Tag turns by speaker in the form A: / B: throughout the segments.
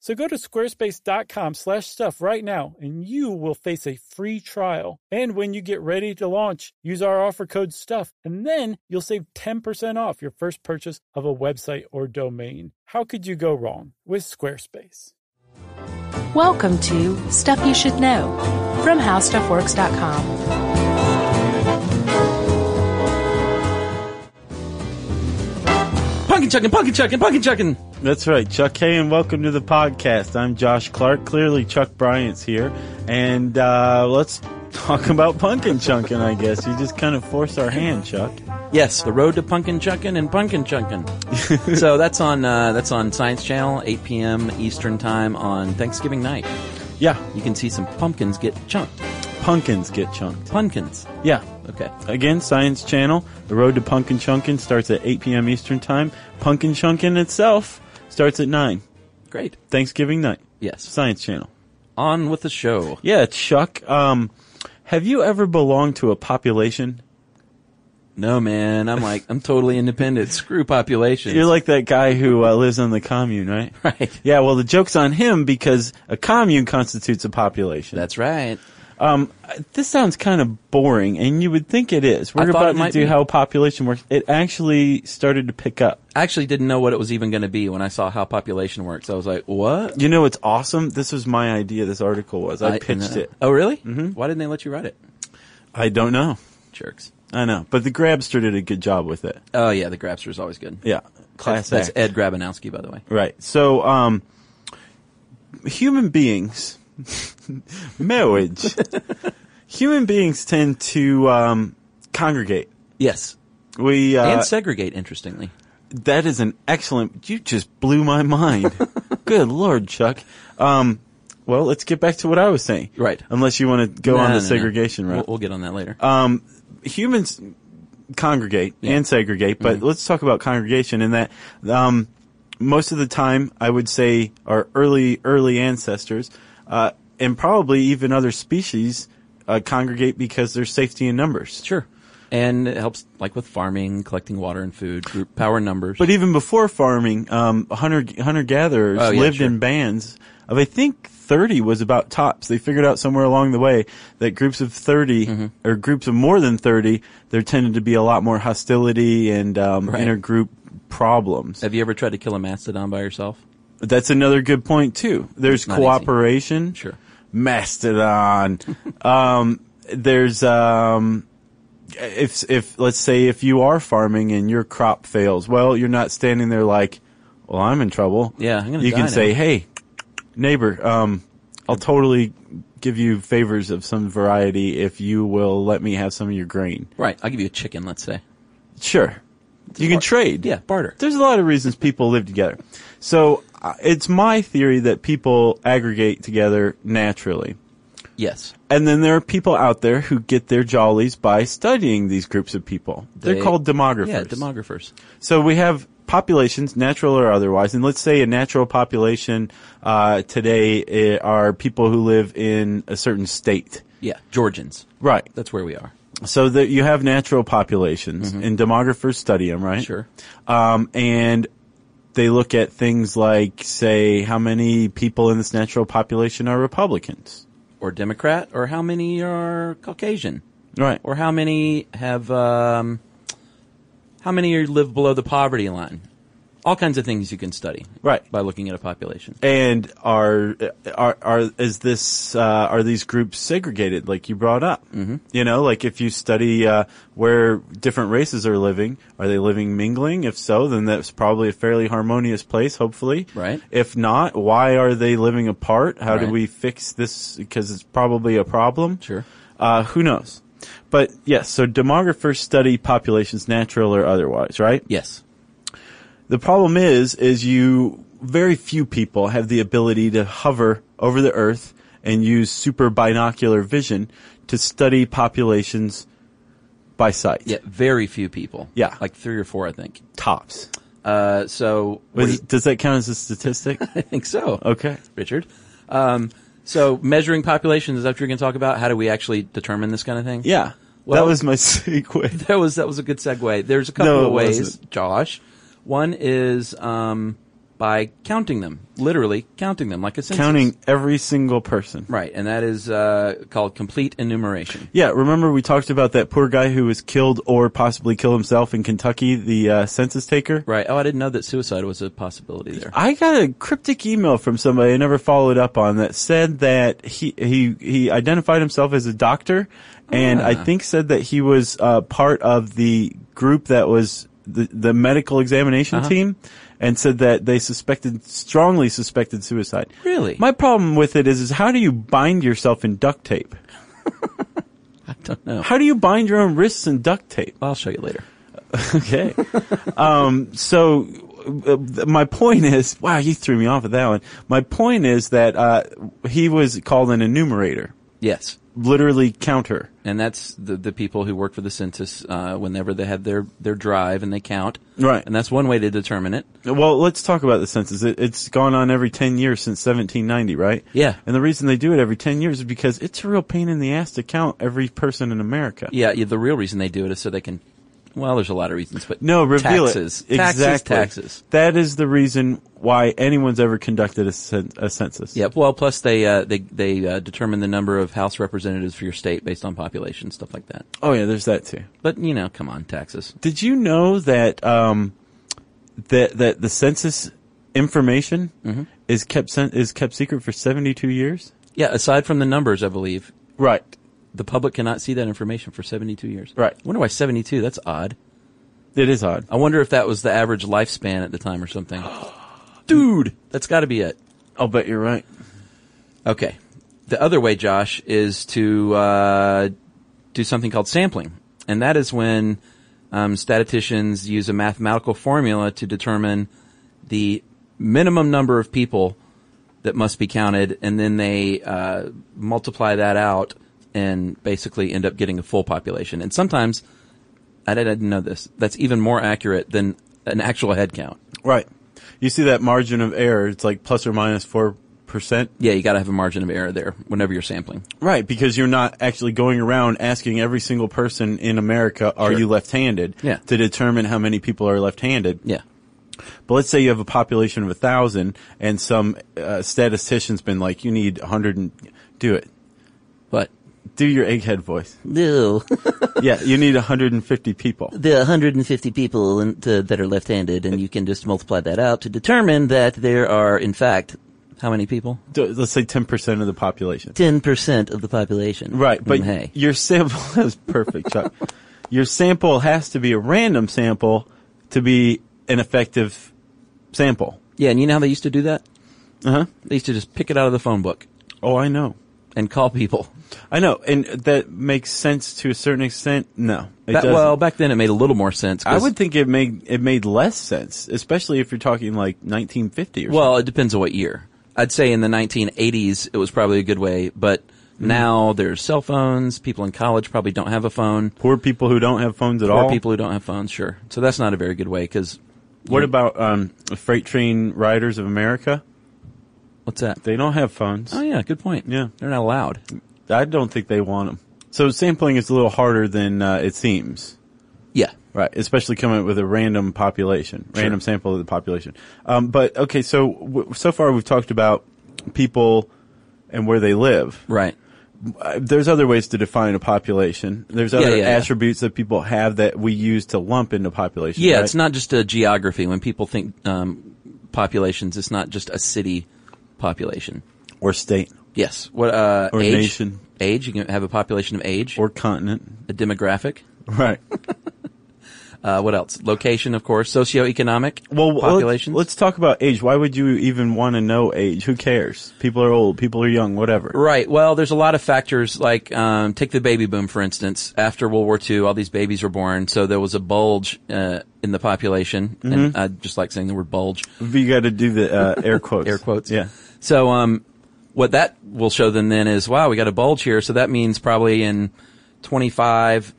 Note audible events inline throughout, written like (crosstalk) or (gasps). A: So go to squarespace.com slash stuff right now and you will face a free trial. And when you get ready to launch, use our offer code stuff and then you'll save 10% off your first purchase of a website or domain. How could you go wrong with Squarespace?
B: Welcome to Stuff You Should Know from HowStuffWorks.com.
C: Pumpkin chucking, pumpkin chucking, pumpkin chucking.
D: That's right, Chuck Hay, and welcome to the podcast. I'm Josh Clark. Clearly, Chuck Bryant's here, and uh, let's (laughs) talk about pumpkin chunking. I guess you just kind of forced our hand, Chuck.
C: Yes, the road to pumpkin chucking and pumpkin chunking.
D: (laughs)
C: so that's on uh, that's on Science Channel, 8 p.m. Eastern time on Thanksgiving night.
D: Yeah,
C: You can see some pumpkins get chunked.
D: pumpkins get chunked.
C: Pumpkins.
D: Yeah.
C: Okay.
D: Again, Science Channel. The road to pumpkin chunking starts at 8 p.m. Eastern Time. Pumpkin chunking itself starts at nine
C: Great.
D: Thanksgiving night.
C: Yes.
D: Science Channel.
C: On with the show.
D: Yeah, Chuck. Um, have you ever belonged to a population?
C: No man, I'm like I'm totally independent. Screw population.
D: You're like that guy who uh, lives on the commune, right?
C: (laughs) right.
D: Yeah, well, the joke's on him because a commune constitutes a population.
C: That's right.
D: um, uh, this sounds kind of boring, and you would think it is. We're
C: I thought it
D: about to
C: might
D: do
C: be.
D: how population works. It actually started to pick up.
C: I actually didn't know what it was even going to be when I saw how population works. I was like, what?
D: You know what's awesome? This was my idea. This article was. I, pitched
C: know.
D: it.
C: Oh really? Mm-hmm. Why didn't they let you write it?
D: I don't know.
C: Jerks.
D: I know, but the Grabster did a good job with it.
C: Oh yeah, the Grabster is always good.
D: Yeah, class
C: That's, that's
D: act.
C: Ed Grabanowski, by the way.
D: Right. So, um, human beings, (laughs)
C: (laughs)
D: marriage, human beings tend to um, congregate.
C: Yes.
D: We uh,
C: and segregate, interestingly.
D: that is an excellent. You just blew my
C: (laughs)
D: mind. Good lord, Chuck. Um, well, let's get back to what I was saying.
C: Right.
D: Unless you want to go
C: No,
D: on
C: no,
D: the
C: no.
D: segregation
C: We'll,
D: route.
C: we'll get on that later.
D: um, humans congregate
C: Yeah.
D: and segregate, but let's talk about congregation in that um, most of the time, I would say our early early ancestors uh, and probably even other species uh, congregate because there's safety in numbers.
C: sure. And it helps, like with farming, collecting water and food, group power and numbers.
D: But even before farming, um, hunter hunter gatherers
C: Oh, yeah,
D: lived
C: sure.
D: in bands of I think thirty was about tops. They figured out somewhere along the way that groups of 30
C: Mm-hmm.
D: or groups of more than thirty, there tended to be a lot more hostility and um,
C: Right.
D: intergroup problems.
C: Have you ever tried to kill a mastodon by yourself?
D: That's another good point too. There's
C: not easy.
D: cooperation.
C: Sure.
D: Mastodon. (laughs) um, there's um, if if let's say if you are farming and your crop fails, well, you're not standing there like, well, I'm in trouble.
C: Yeah, I'm gonna
D: you can
C: die
D: say,
C: now.
D: hey, neighbor, um, I'll totally give you favors of some variety if you will let me have some of your grain.
C: Right. I'll give you a chicken, let's say.
D: Sure. You can trade.
C: Yeah, barter.
D: There's a lot of reasons people live together. So uh, it's my theory that people aggregate together naturally.
C: Yes.
D: And then there are people out there who get their jollies by studying these groups of people. They're
C: They-
D: called demographers.
C: Yeah, demographers.
D: so we have populations, natural or otherwise, and let's say a natural population uh, today eh, are people who live in a certain state.
C: Yeah, Georgians.
D: Right.
C: That's where we are.
D: So that you have natural populations, and demographers study them, right?
C: Sure.
D: um, and they look at things like, say, how many people in this natural population are Republicans,
C: Or Democrat, or how many are Caucasian?
D: right?
C: Or how many have, um, how many are live below the poverty line? all kinds of things you can study
D: Right.
C: by looking at a population.
D: And are are are is this uh, are these groups segregated like you brought up? Mm-hmm. You know, like if you study uh, where different races are living, are they living mingling? If so, then that's probably a fairly harmonious place, hopefully.
C: Right.
D: If not, why are they living apart? How do
C: Right.
D: we fix this? Because it's probably a problem.
C: Sure.
D: Uh, who knows? But yes, so demographers study populations, natural or otherwise, right?
C: Yes.
D: The problem is, is you very few people have the ability to hover over the Earth and use super binocular vision to study populations by sight.
C: Yeah, very few people.
D: Yeah.
C: Like three or four, I think.
D: Tops.
C: Uh, so, (laughs) what do
D: Was-
C: you-
D: does that count as a statistic?
C: I think so.
D: okay.
C: Richard. Um, so measuring populations is that what you're going to talk about? How do we actually determine this kind of thing?
D: Yeah.
C: Well-
D: that was my (laughs) segue.
C: that was that was a good segue. There's a couple
D: No,
C: of
D: it
C: ways,
D: wasn't.
C: Josh. One is um, by counting them, literally counting them, like a census.
D: Counting every single person.
C: right? And that is uh, called complete enumeration.
D: Yeah, remember we talked about that poor guy who was killed or possibly killed himself in Kentucky, the uh, census taker?
C: Right. Oh, I didn't know that suicide was a possibility there.
D: I got a cryptic email from somebody I never followed up on that said that he he he identified himself as a doctor, and I
C: Ah.
D: think said that he was uh, part of the group that was the the medical examination
C: Uh-huh.
D: team, and said that they suspected strongly suspected suicide.
C: Really?
D: My problem with it is is how do you bind yourself in duct tape?
C: (laughs) I don't know.
D: How do you bind your own wrists in duct tape?
C: I'll show you later.
D: Okay. um, so uh, th- my point is, wow, you threw me off with that one. My point is that uh, he was called an enumerator,
C: Yes.
D: literally counter.
C: And that's the, the people who work for the census uh, whenever they have their, their drive and they count.
D: Right.
C: And that's one way to determine it.
D: Well, let's talk about the census. It, it's gone on every 10 years since 1790, right?
C: Yeah.
D: And the reason they do it every 10 years is because it's a real pain in the ass to count every person in America.
C: Yeah, yeah, the real reason they do it is so they can. Well, there's a lot of reasons, but
D: No, reveal
C: taxes,
D: it.
C: taxes,
D: Exactly.
C: taxes.
D: That is the reason why anyone's ever conducted a, cen- a census.
C: Yep. Well, plus they uh, they they uh, determine the number of House representatives for your state based on population, stuff like that.
D: Oh yeah, there's that too.
C: But you know, come on, taxes.
D: Did you know that um, that that the census information is kept sen- is kept secret for seventy two years?
C: Yeah. Aside from the numbers, I believe
D: Right.
C: the public cannot see that information for 72 years.
D: Right.
C: I wonder why 72. That's odd.
D: It is odd.
C: I wonder if that was the average lifespan at the time or
D: (gasps)
C: something. Dude, that's got to be it.
D: I'll bet you're right.
C: Okay. The other way, Josh, is to uh, do something called sampling, and that is when um, statisticians use a mathematical formula to determine the minimum number of people that must be counted, and then they uh, multiply that out and basically end up getting a full population. And sometimes, I didn't I didn't know this. That's even more accurate than an actual head count.
D: Right. You see that margin of error? It's like plus or minus four percent.
C: Yeah, you got to have a margin of error there whenever you're sampling.
D: Right, because you're not actually going around asking every single person in America, "Are
C: Sure.
D: you left-handed?"
C: Yeah.
D: To determine how many people are left-handed.
C: Yeah.
D: But let's say you have a population of a thousand, and some uh, statistician's been like, "You need a hundred and do it."
C: But
D: Do your egghead voice.
E: No,
D: yeah, you need 150 people.
E: there are 150 people in, to, that are left-handed, and you can just multiply that out to determine that there are, in fact,
C: how many people?
D: D- Let's say 10% of the population.
E: 10% of the population.
D: Right, but
E: Mm, hey,
D: your sample (laughs) is perfect, Chuck. Your sample has to be a random sample to be an effective sample.
C: Yeah, and you know how they used to do that?
D: Uh
E: Uh-huh.
D: huh.
C: They used to just pick it out of the phone book
D: Oh, I know.
C: and call people.
D: I know, and that makes sense to a certain extent. No, it
C: That-
D: doesn't.
C: well, back then it made a little more sense. 'cause-
D: I would think it made it made less sense, especially if you're talking like 1950 or
C: Well, it depends on what year. I'd say in the 1980s it was probably a good way, but
E: Mm-hmm.
C: now there's cell phones. People in college probably don't have a phone.
D: something. Poor people who don't have phones at
C: Or
E: Oh.
D: all.
C: people who don't have phones, sure. So that's not a very good way because
D: What about um, freight train riders of America?
C: what's that?
D: They don't have phones.
C: Oh yeah, good point.
D: Yeah.
C: they're not allowed.
D: I don't think they want them. So sampling is a little harder than uh, it seems,
C: Yeah,
D: right? Especially coming up with a random population, random sample of the population. Um, but okay, so w- so far we've talked about people and where they live,
C: right.
D: uh, there's other ways to define a population. There's other
C: yeah, yeah.
D: attributes that people have that we use to lump into population.
C: Yeah,
D: right?
C: it's not just a geography. When people think um, populations, it's not just a city population.
D: or state
C: Yes. What uh,
D: Or
C: age?
D: nation.
C: Age. You can have a population of age
D: or continent.
C: a demographic.
D: Right.
C: Uh, what else? Location, of course. Socioeconomic.
D: Well, let's-
C: populations.
D: Let's, talk about age. Why would you even want to know age? Who cares? People are old. People are young. Whatever.
C: Right. Well, there's a lot of factors. Like, um, take the baby boom, for instance. After World War II, all these babies were born, so there was a bulge uh, in the population.
D: Mm-hmm.
C: And I just like saying the word bulge.
D: You got to do the uh,
C: (laughs)
D: air quotes.
C: air quotes.
D: Yeah.
C: So, um, what that will show them then is, wow, we got a bulge here. So that means probably in 25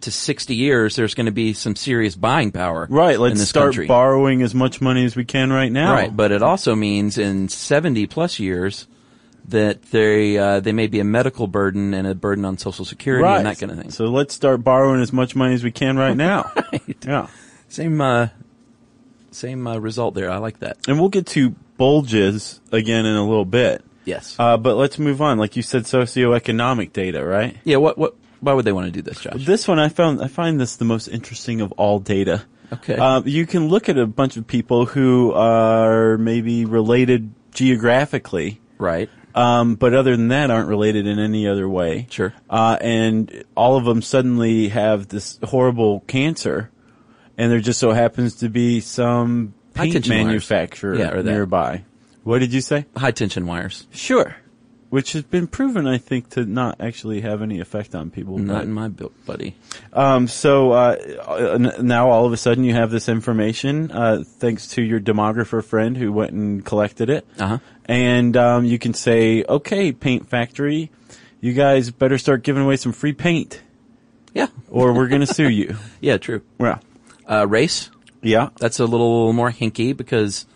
C: to 60 years, there's going to be some serious buying power.
D: Right.
C: in
D: Let's
C: this
D: start
C: country.
D: borrowing as much money as we can right now.
C: Right. But it also means in 70 plus years that they, uh, they may be a medical burden and a burden on social security
D: Right.
C: and that kind of thing.
D: So let's start borrowing as much money as we can right
C: (laughs)
D: now. Yeah.
C: same, uh, same uh, result there. I like that.
D: And we'll get to bulges again in a little bit.
C: Yes.
D: Uh, but let's move on. Like you said, socioeconomic data, right?
C: yeah. What, what, why would they want to do this, Josh?
D: This one I found, I find this the most interesting of all data.
C: Okay.
D: Uh, you can look at a bunch of people who are maybe related geographically,
C: right.
D: um, but other than that aren't related in any other way.
C: Sure.
D: Uh, and all of them suddenly have this horrible cancer, and there just so happens to be some
C: High
D: paint
C: tension wires.
D: manufacturer
C: Yeah, or that.
D: nearby. What did you say?
C: High tension wires.
D: Sure. Which has been proven, I think, to not actually have any effect on people.
C: Not
D: but-
C: in my built, buddy.
D: um, so uh, uh, n- now all of a sudden you have this information uh, thanks to your demographer friend who went and collected it.
C: Uh-huh.
D: And um, you can say, okay, paint factory, you guys better start giving away some free paint
C: Yeah.
D: or we're going to sue you. (laughs)
C: Yeah, true.
D: Yeah.
C: Uh, race.
D: Yeah.
C: That's a little more hinky because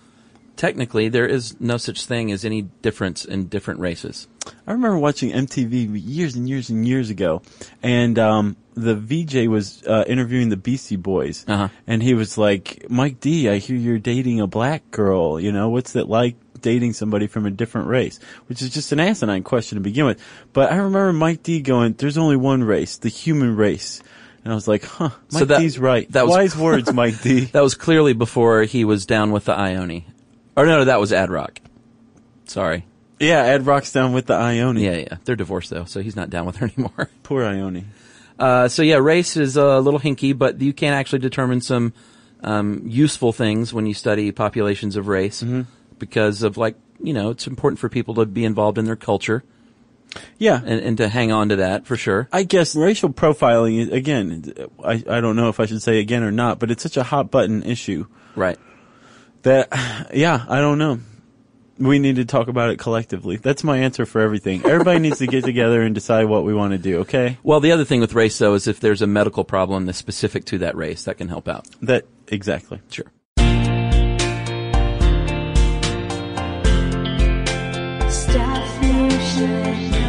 C: technically there is no such thing as any difference in different races.
D: I remember watching MTV years and years and years ago, and um, the VJ was uh, interviewing the Beastie Boys,
C: Uh-huh.
D: and he was like, "Mike D, I hear you're dating a black girl. You know what's it like dating somebody from a different race?" Which is just an asinine question to begin with. But I remember Mike D going, "There's only one race, the human race," and I was like, "Huh,
C: So
D: Mike
C: that-
D: D's right.
C: that was-
D: Wise words, Mike D."
C: (laughs) That was clearly before he was down with the Ione. Or no, no, that was Ad Rock. Sorry.
D: yeah, Ed rocks down with the Ione.
C: Yeah, yeah. They're divorced though, so he's not down with her (laughs) anymore.
D: Poor Ione.
C: Uh, so yeah, race is a little hinky, but you can actually determine some um, useful things when you study populations of race because of like, you know, it's important for people to be involved in their culture
D: Yeah,
C: and, and to hang on to that for sure.
D: I guess racial profiling is- again. I, I don't know if I should say again or not, but it's such a hot button issue
C: Right.
D: that (sighs) yeah, I don't know. We need to talk about it collectively. That's my answer for everything. Everybody needs to get together and decide what we want to do. Okay,
C: Well, the other thing with race though is if there's a medical problem that's specific to that race, that can help out.
D: that exactly.
C: Sure.
F: Stuff you should know.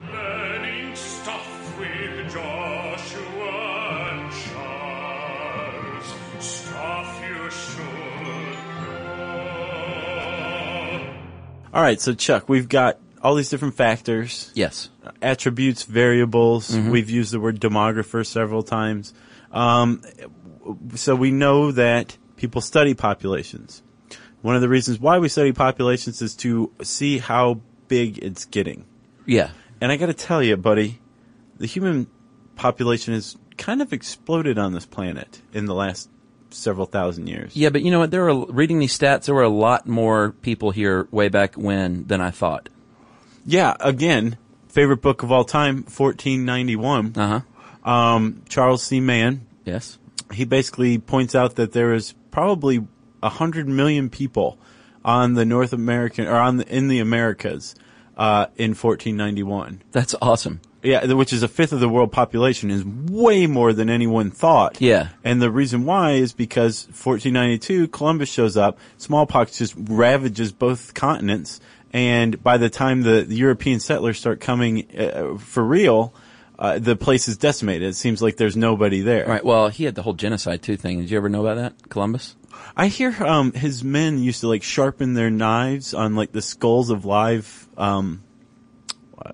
G: Learning stuff with Joshua and Charles. Stuff you should know.
D: All right, so Chuck, we've got all these different factors,
C: Yes.
D: attributes, variables. We've used the word demographer several times. Um, so we know that people study populations. One of the reasons why we study populations is to see how big it's getting.
C: Yeah.
D: And I got to tell you, buddy, the human population has kind of exploded on this planet in the last several thousand years.
C: Yeah, but you know what? There were reading these stats. There were a lot more people here way back when than I thought.
D: Yeah, again, favorite book of all time, 1491.
C: Uh huh.
D: Um, Charles C. Mann.
C: Yes.
D: He basically points out that there is probably a hundred million people on the North American or on the, in the Americas uh, in 1491.
C: That's awesome.
D: Yeah, th- which is a fifth of the world population is way more than anyone thought.
C: Yeah.
D: And the reason why is because 1492, Columbus shows up, smallpox just ravages both continents, and by the time the, the European settlers start coming uh, for real, uh, the place is decimated. It seems like there's nobody there.
C: All right. Well, he had the whole genocide too thing. Did you ever know about that, Columbus?
D: I hear um, his men used to like sharpen their knives on like the skulls of live um,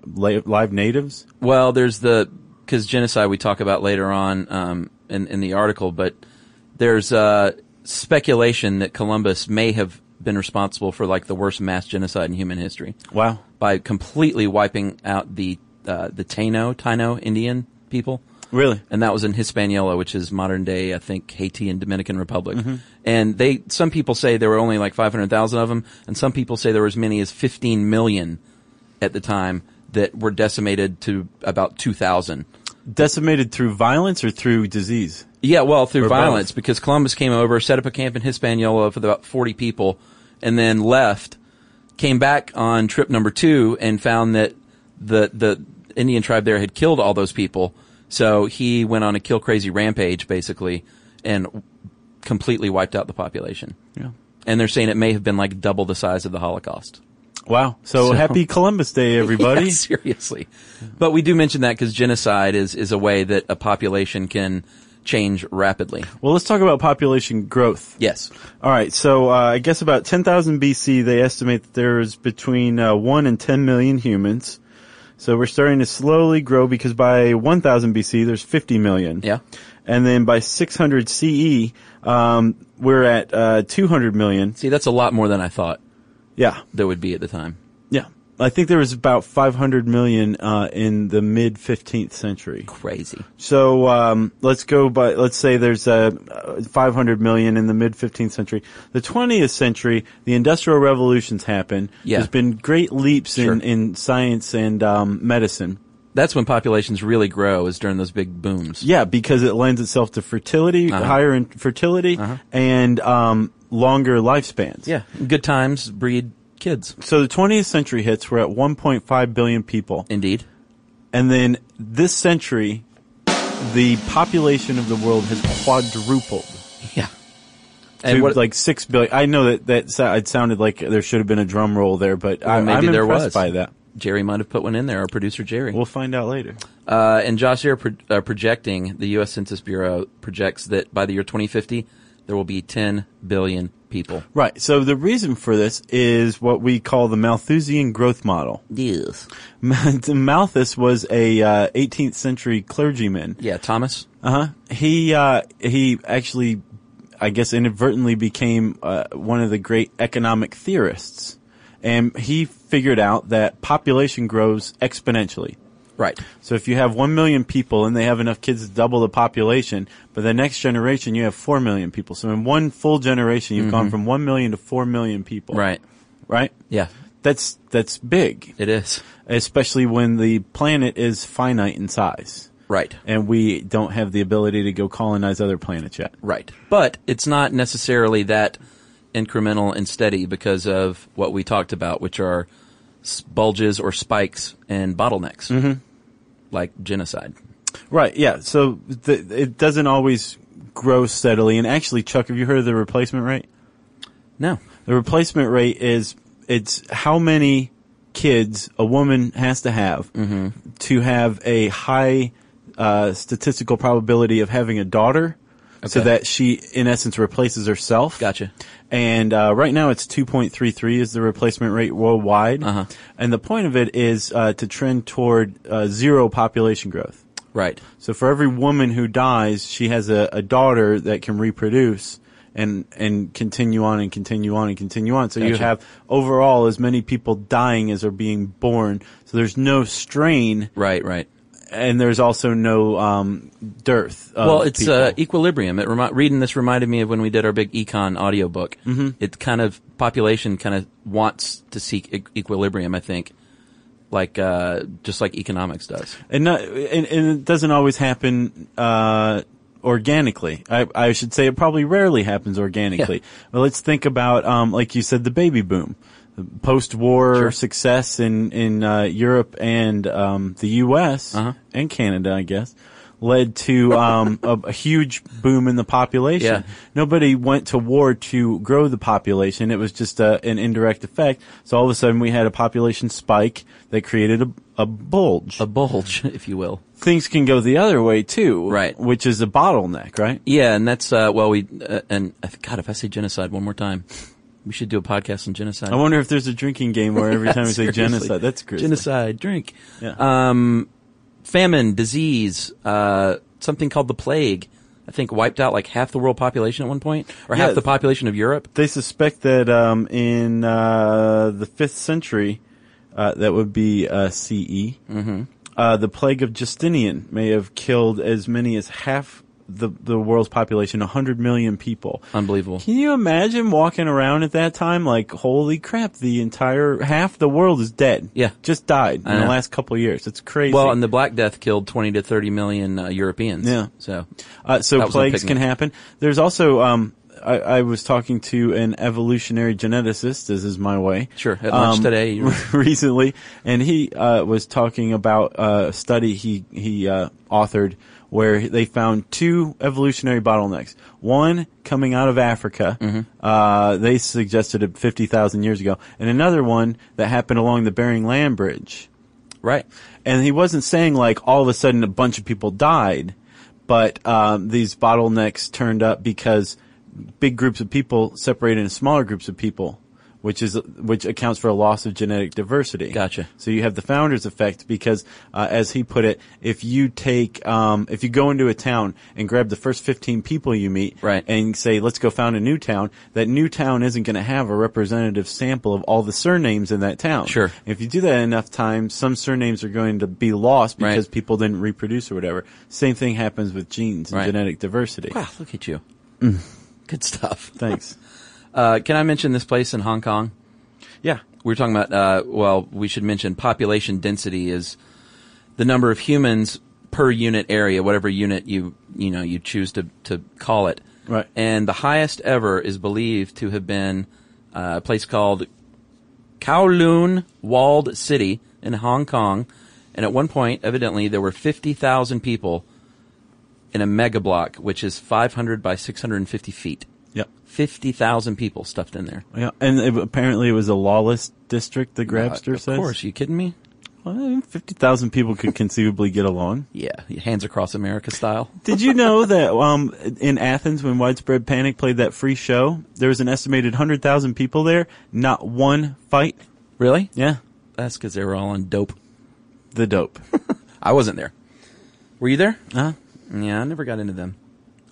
D: li- live natives.
C: Well, there's the because genocide we talk about later on um, in in the article, but there's uh, speculation that Columbus may have been responsible for like the worst mass genocide in human history
D: Wow.
C: by completely wiping out the uh, the Taino Taino Indian people.
D: Really?
C: and that was in Hispaniola, which is modern day, I think, Haiti and Dominican Republic. And they, some people say there were only like 500,000 of them, and some people say there were as many as 15 million at the time that were decimated to about 2,000.
D: Decimated through violence or through disease?
C: Yeah, well, through
D: Or both.
C: violence, because Columbus came over, set up a camp in Hispaniola for about 40 people, and then left, came back on trip number two, and found that the, the Indian tribe there had killed all those people. So he went on a kill crazy rampage, basically, and completely wiped out the population.
D: Yeah.
C: And they're saying it may have been like double the size of the Holocaust. (laughs)
D: Wow. So,
C: So-
D: happy Columbus (laughs) Day, everybody.
C: Yeah, (laughs) seriously. But we do mention that because genocide is, is a way that a population can change rapidly.
D: Well, let's talk about population growth.
C: Yes.
D: All right. So uh, I guess about 10,000 BC, they estimate that there's between uh, 1 and 10 million humans. So we're starting to slowly grow because by 1000 BC, there's 50 million.
C: Yeah.
D: And then by 600 CE, um, we're at uh, 200 million.
C: See, that's a lot more than I thought.
D: Yeah.
C: there would be at the time.
D: Yeah. I think there was about 500 million uh, in the mid 15th century.
C: Crazy.
D: So um, let's go by. Let's say there's uh, uh, 500 million in the mid 15th century. The 20th century, the industrial revolutions happen.
C: Yeah.
D: There's been great leaps
C: Sure.
D: in, in science and um, medicine.
C: That's when populations really grow is during those big booms.
D: Yeah, because it lends itself to fertility,
C: Uh-huh.
D: higher in fertility, and um, longer lifespans.
C: Yeah. Good times breed kids.
D: So the 20th century hits. We're at 1.5 billion people,
C: Indeed.
D: and then this century, the population of the world has quadrupled.
C: Yeah.
D: to
C: And what,
D: like six billion. I know that that so- it sounded like there should have been a drum roll there, but I,
C: maybe
D: I'm
C: there
D: impressed
C: was.
D: by that.
C: Jerry might have put one in there, our producer Jerry.
D: We'll find out later.
C: uh, and Josh here pro- uh, projecting, the U.S. Census Bureau projects that by the year 2050, there will be 10 billion people.
D: Right. So the reason for this is what we call the Malthusian growth model. (laughs)
E: Yes.
D: Malthus was a uh, 18th century clergyman.
C: Yeah, Thomas?
D: Uh-huh. He, uh, he actually, I guess, inadvertently became uh, one of the great economic theorists. And he figured out that population grows exponentially.
C: Right.
D: So if you have 1 million people and they have enough kids to double the population, but the next generation you have 4 million people. So in one full generation you've gone from 1 million to 4 million people.
C: Mm-hmm. Right.
D: Right?
C: Yeah,
D: That's that's big,
C: it is.
D: especially when the planet is finite in size.
C: Right.
D: And we don't have the ability to go colonize other planets yet.
C: Right. But it's not necessarily that incremental and steady because of what we talked about, which are s- bulges or spikes and bottlenecks, mm-hmm. like genocide.
D: Right. Yeah. So th- it doesn't always grow steadily. And actually, Chuck, have you heard of the replacement rate?
C: No.
D: The replacement rate is it's how many kids a woman has to have
C: Mm-hmm.
D: to have a high uh, statistical probability of having a daughter, so
C: Okay.
D: that she in essence replaces herself.
C: Gotcha.
D: And uh, right now it's 2.33 is the replacement rate worldwide,
C: Uh-huh.
D: and the point of it is uh, to trend toward uh, zero population growth.
C: Right.
D: So for every woman who dies, she has a, a daughter that can reproduce and and continue on and continue on and continue on. So you
C: Gotcha.
D: have overall as many people dying as are being born. So there's no strain,
C: Right. Right.
D: and there's also no um, dearth. Of
C: well, it's
D: people.
C: uh, equilibrium. It remi- reading this reminded me of when we did our big econ audiobook. Mm-hmm. It kind of population kind of wants to seek e- equilibrium. I think, like uh, just like economics does.
D: and not and, and it doesn't always happen uh, organically. I, I should say it probably rarely happens organically. Well, let's think about um, like you said, the baby boom, the post-war success in in uh, Europe and um, the U.S.
C: Uh-huh.
D: and Canada, I guess. Led to um, a, a huge boom in the population.
C: Yeah.
D: Nobody went to war to grow the population. It was just a, an indirect effect. So all of a sudden, we had a population spike that created a, a bulge
C: A bulge, (laughs) if you will.
D: things can go the other way too,
C: Right.
D: Which is a bottleneck, right?
C: Yeah, and that's uh, well, we uh, and I th- God, if I say genocide one more time, we should do a podcast on genocide.
D: I wonder if there's a drinking game where
C: (laughs)
D: every time we say
C: Seriously.
D: genocide, that's gruesome.
C: Genocide, drink.
D: Yeah.
C: Um, famine, disease, uh, something called the plague. I think wiped out like half the world population at one point, or
D: Yeah.
C: half the population of Europe.
D: They suspect that um, in uh, the fifth century, uh, that would be uh, CE. Mm-hmm. Uh, the plague of Justinian may have killed as many as half the the world's population, 100 million people.
C: Unbelievable.
D: Can you imagine walking around at that time like, holy crap, the entire half the world is dead.
C: Yeah.
D: Just died in
C: I
D: the
C: know.
D: last couple of years. It's crazy.
C: Well, and the Black Death killed 20 to 30 million uh, Europeans.
D: Yeah.
C: So,
D: Uh,
C: That
D: so
C: was a
D: plagues
C: picnic.
D: can happen. There's also, um, I, I was talking to an evolutionary geneticist. This is my way. um,
C: Sure, at lunch
D: (laughs)
C: today, you-
D: recently, and he uh, was talking about uh, a study he he uh, authored where they found two evolutionary bottlenecks. One coming out of Africa,
C: Mm-hmm.
D: uh, they suggested it 50,000 years ago, and another one that happened along the Bering Land Bridge.
C: right.
D: And he wasn't saying like all of a sudden a bunch of people died, but um, these bottlenecks turned up because big groups of people separated into smaller groups of people, which is which accounts for a loss of genetic diversity.
C: Gotcha.
D: So you have the founder's effect because, uh, as he put it, if you take um, if you go into a town and grab the first fifteen people you meet,
C: Right.
D: and say let's go found a new town, that new town isn't going to have a representative sample of all the surnames in that town.
C: Sure.
D: If you do that enough times, some surnames are going to be lost
C: Right.
D: because people didn't reproduce or whatever. Same thing happens with genes and
C: Right.
D: genetic diversity.
C: Wow, look at you.
D: Mm.
C: Good stuff. (laughs)
D: Thanks.
C: Uh, can I mention this place in Hong Kong?
D: yeah.
C: we were talking about uh, well we should mention population density is the number of humans per unit area whatever unit you you know you choose to, to call it
D: Right.
C: and the highest ever is believed to have been uh, a place called Kowloon walled city in Hong Kong and at one point evidently there were 50,000 people in a mega block which is 500 by 650 feet
D: Yep.
C: 50,000 people stuffed in there
D: Yeah. And it, apparently it was a lawless district, the Grabster
C: Uh, of
D: says.
C: course you kidding me
D: Well, 50,000 people could conceivably get along.
C: Yeah, hands across America style.
D: Did you know (laughs) that um, in Athens, when Widespread Panic played that free show, there was an estimated 100,000 people there, not one fight?
C: Really?
D: Yeah.
C: That's because they were all on dope.
D: The dope.
C: (laughs)
D: Uh-huh.
C: I wasn't there. Were you there?
D: huh?
C: Yeah, I never got into them.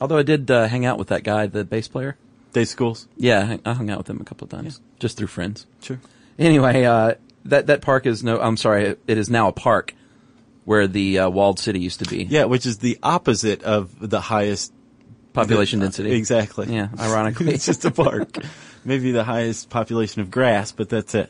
C: Although I did uh, hang out with that guy, the bass player.
D: Day schools.
C: Yeah, I hung- I hung out with him a couple of times, just through friends.
D: Sure.
C: Anyway, uh, that that park is no. I'm sorry, it is now a park where the uh, walled city used to be.
D: Yeah, which is the opposite of the highest
C: population
D: Uh,
C: density.
D: Exactly.
C: Yeah, ironically.
D: (laughs) it's just a park. Maybe the highest population of grass, but that's it.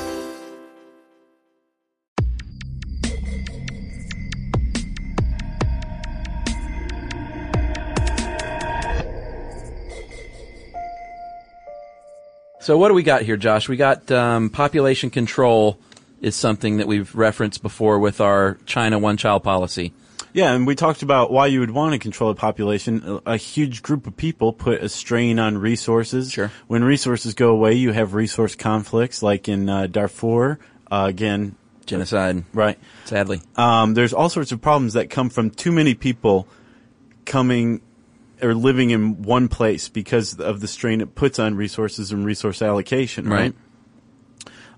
C: So what do we got here, Josh? We got um, population control is something that we've referenced before with our China one-child policy.
D: Yeah, and we talked about why you would want to control a population. A- A huge group of people put a strain on resources.
C: Sure.
D: When resources go away, you have resource conflicts, like in uh, Darfur. Uh, again,
C: Genocide,
D: right.
C: sadly.
D: Um, there's all sorts of problems that come from too many people coming or living in one place because of the strain it puts on resources and resource allocation, right?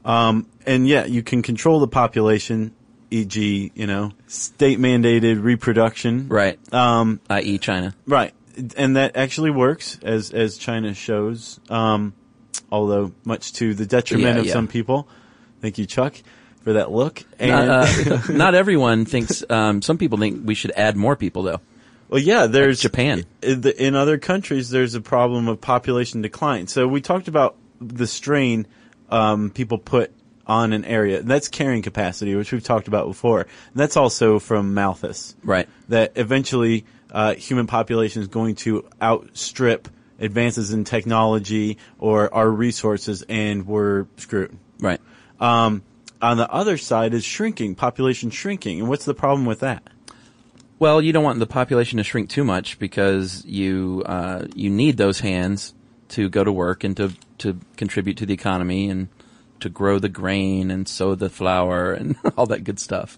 D: Um,
C: Right.
D: and yeah, you can control the population, e.g., you know, state mandated reproduction.
C: Right.
D: Um,
C: I.e. China.
D: right. And that actually works as, as China shows, um, although much to the detriment
C: Yeah,
D: of
C: yeah.
D: some people. Thank you, Chuck, for that look. And,
C: Uh, (laughs) uh, not everyone thinks. Um, some people think we should add more people, though.
D: well, yeah, there's
C: Japan.
D: in the- in other countries, there's a problem of population decline. So we talked about the strain um, people put on an area. That's carrying capacity, which we've talked about before. And that's also from Malthus.
C: Right.
D: That eventually uh, human population is going to outstrip advances in technology or our resources, and we're screwed.
C: Right.
D: Um, on the other side is shrinking, population shrinking. And what's the problem with that?
C: Well, you don't want the population to shrink too much because you uh, you need those hands to go to work and to to contribute to the economy and to grow the grain and sow the flour and (laughs) all that good stuff.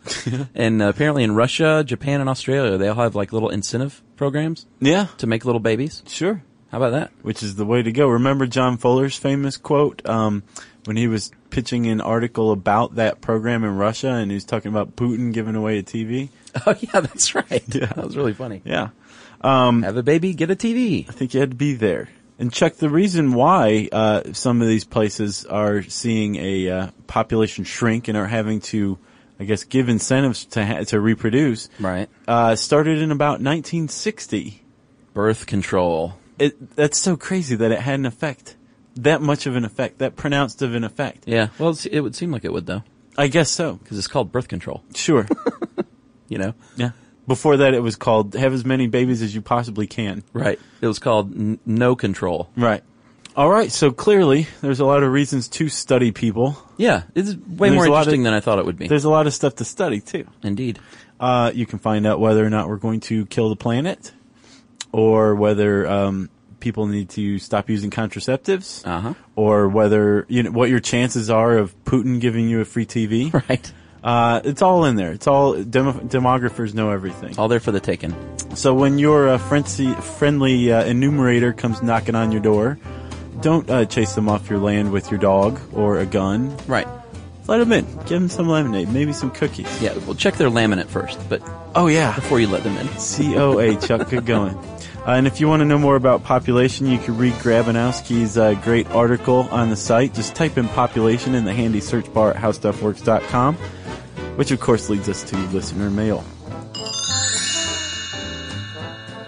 C: and uh, apparently, in Russia, Japan, and Australia, they all have like little incentive programs
D: Yeah,
C: to make little babies.
D: sure.
C: How about that? (laughs)
D: which is the way to go. Remember John Fuller's famous quote um, when he was pitching an article about that program in Russia, and he was talking about Putin giving away a TV.
C: Oh yeah, that's right. That was really funny.
D: Yeah,
C: Have a baby, get a TV.
D: I think you had to be there. And Chuck, the reason why uh, some of these places are seeing a uh, population shrink and are having to, I guess, give incentives to ha- to reproduce,
C: Right.
D: uh, started in about 1960.
C: Birth control.
D: It, that's so crazy that it had an effect, that much of an effect, that pronounced of an effect.
C: Yeah. Well, it's, it would seem like it would though,
D: I guess so.
C: because it's called birth control.
D: Sure.
C: You know.
D: Yeah. (laughs) Before that, it was called "Have as many babies as you possibly can."
C: Right. It was called n- no control.
D: Right. All right. So clearly, there's a lot of reasons to study people.
C: Yeah, it's way
D: There's
C: more
D: a lot of-
C: interesting than I thought it would be.
D: There's a lot of stuff to study too.
C: Indeed. (laughs)
D: Uh, you can find out whether or not we're going to kill the planet, or whether um, people need to stop using contraceptives,
C: Uh huh.
D: or whether you know what your chances are of Putin giving you a free (laughs) TV.
C: Right.
D: Uh, it's all in there. It's all demo- demographers know everything.
C: All there for the taking.
D: So when your uh, frenzy, friendly uh, enumerator comes knocking on your door, don't uh, chase them off your land with your dog or a gun.
C: Right.
D: Let them in. Give them some lemonade, maybe some cookies.
C: Yeah. Well, check their laminate first, but
D: Oh yeah.
C: before you let them in.
D: C O A Chuck, good going. Uh, and if you want to know more about population, you can read Grabanowski's uh, great article on the site. Just type in population in the handy search bar at howstuffworks.com, which of course leads us to listener mail.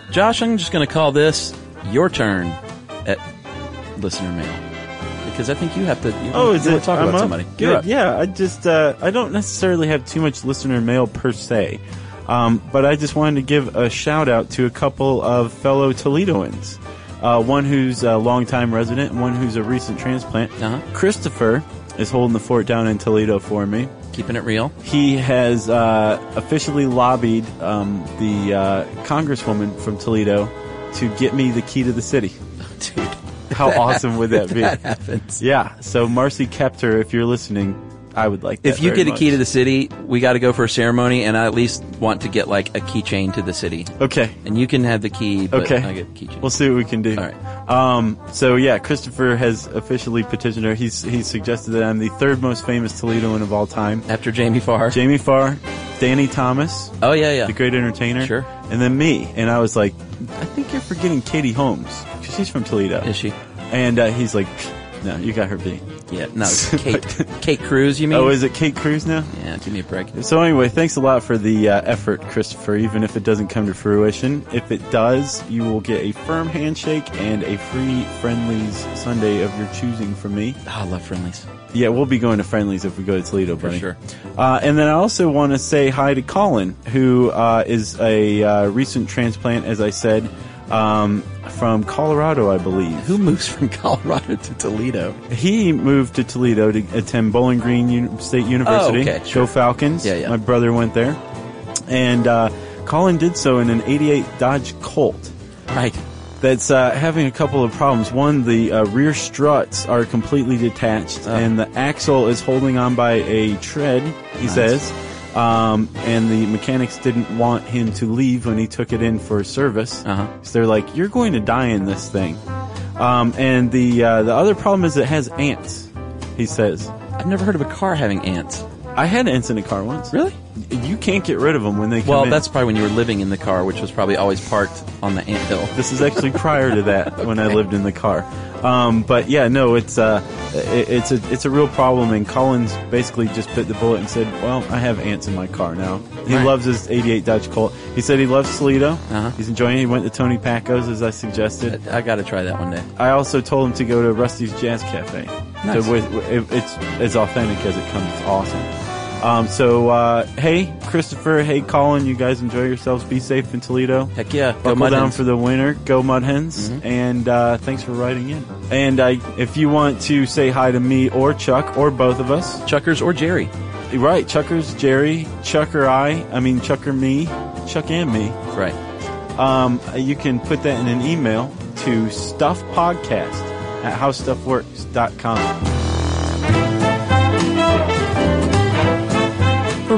C: Josh, I'm just going to call this your turn at listener mail because I think you have to. You
D: Oh, is
C: you
D: it?
C: Talk
D: I'm
C: about
D: up?
C: somebody.
D: Good. Yeah, I just uh, I don't necessarily have too much listener mail per se, um, but I just wanted to give a shout out to a couple of fellow Toledoans. Uh, one who's a longtime resident, and one who's a recent transplant.
C: Uh-huh.
D: Christopher is holding the fort down in Toledo for me.
C: Keeping
D: (laughs)
C: it real.
D: He has uh, officially lobbied um, the uh, congresswoman from Toledo to get me the key to the city.
C: Dude, (laughs)
D: How awesome would that be?
C: that happens.
D: Yeah, so Marcy Kepter, if you're listening, I would like that.
C: If you
D: very
C: get a key
D: much.
C: to the city, we got to go for a ceremony, and I at least want to get like a keychain to the city.
D: Okay.
C: And you can have the key, but
D: Okay.
C: I get the keychain.
D: We'll see what we can do.
C: All right.
D: Um, so yeah, Christopher has officially petitioned her. He's he suggested that I'm the third most famous Toledoan of all time.
C: After Jamie Farr.
D: Jamie Farr, Danny Thomas,
C: oh yeah, yeah.
D: the great entertainer,
C: Sure.
D: and then me. And I was like, I think you're forgetting Katie Holmes because she's from Toledo.
C: Is she?
D: And uh, he's like, no, you got her beat.
C: Yeah.
D: (laughs)
C: No, it's Kate. Kate Cruz. You mean?
D: Oh, is it Kate Cruz now?
C: yeah. Give me a break.
D: So anyway, thanks a lot for the uh, effort, Christopher. Even if it doesn't come to fruition, if it does, you will get a firm handshake and a free friendlies Sunday of your choosing from me.
C: Ah, I love friendlies.
D: Yeah, we'll be going to friendlies if we go to Toledo,
C: For
D: buddy.
C: sure.
D: Uh, and then I also want to say hi to Colin, who uh, is a uh, recent transplant, as I said, um, from Colorado, I believe.
C: Who moves from (laughs) Colorado to Toledo?
D: He moved to Toledo to attend Bowling Green Uni- State University.
C: Oh, okay, sure.
D: Go Falcons.
C: Yeah, yeah.
D: My brother went there. And uh, Colin did so in an 88 Dodge Colt
C: Right.
D: that's uh, having a couple of problems. One, the uh, rear struts are completely detached,
C: Oh.
D: and the axle is holding on by a tread, he says. Um, and the mechanics didn't want him to leave when he took it in for service.
C: Uh-huh.
D: So they're like, "You're going to die in this thing." Um, and the uh, the other problem is it has ants. He says,
C: I've never heard of a car having ants.
D: "I had ants in a car once.
C: Really?
D: You can't get rid of them when they come
C: Well,
D: in.
C: that's probably when you were living in the car, which was probably always parked on the ant hill.
D: (laughs) This is actually prior to that
C: (laughs)
D: when I lived in the car. Um, but yeah, no, it's uh, it, it's a it's a real problem. And Collins basically just bit the bullet and said, "Well, I have ants in my car now." He
C: Right.
D: loves his '88 Dodge Colt. He said he loves Toledo.
C: Uh-huh.
D: He's enjoying. it. He went to Tony Pacos as I suggested.
C: I, got to try that one day.
D: I also told him to go to Rusty's Jazz Cafe.
C: Nice.
D: So with, with- it, it's as authentic as it comes. It's awesome. Um, so uh, hey, Christopher. Hey, Colin. You guys enjoy yourselves. Be safe in Toledo.
C: Heck yeah, go
D: Buckle
C: Mud
D: down
C: Hens. Mm-hmm.
D: for the winter. Go Mud Hens. And uh, thanks for writing in. And I, if you want to say hi to me or Chuck or both of us,
C: Chuckers or Jerry.
D: right, Chuckers, Jerry, Chuck or I, I mean Chuck or me, Chuck and me,
C: Right.
D: um, you can put that in an email to stuffpodcast at howstuffworks.com.
B: For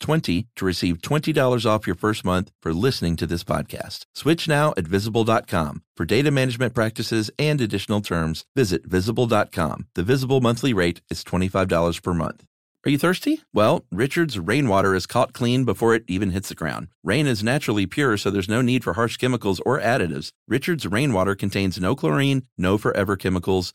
H: 20 to receive $20 off your first month for listening to this podcast. Switch now at visible.com. For data management practices and additional terms, visit visible.com. The visible monthly rate is $25 per month. Are you thirsty? Well, Richard's rainwater is caught clean before it even hits the ground. Rain is naturally pure, so there's no need for harsh chemicals or additives. Richard's rainwater contains no chlorine, no forever chemicals,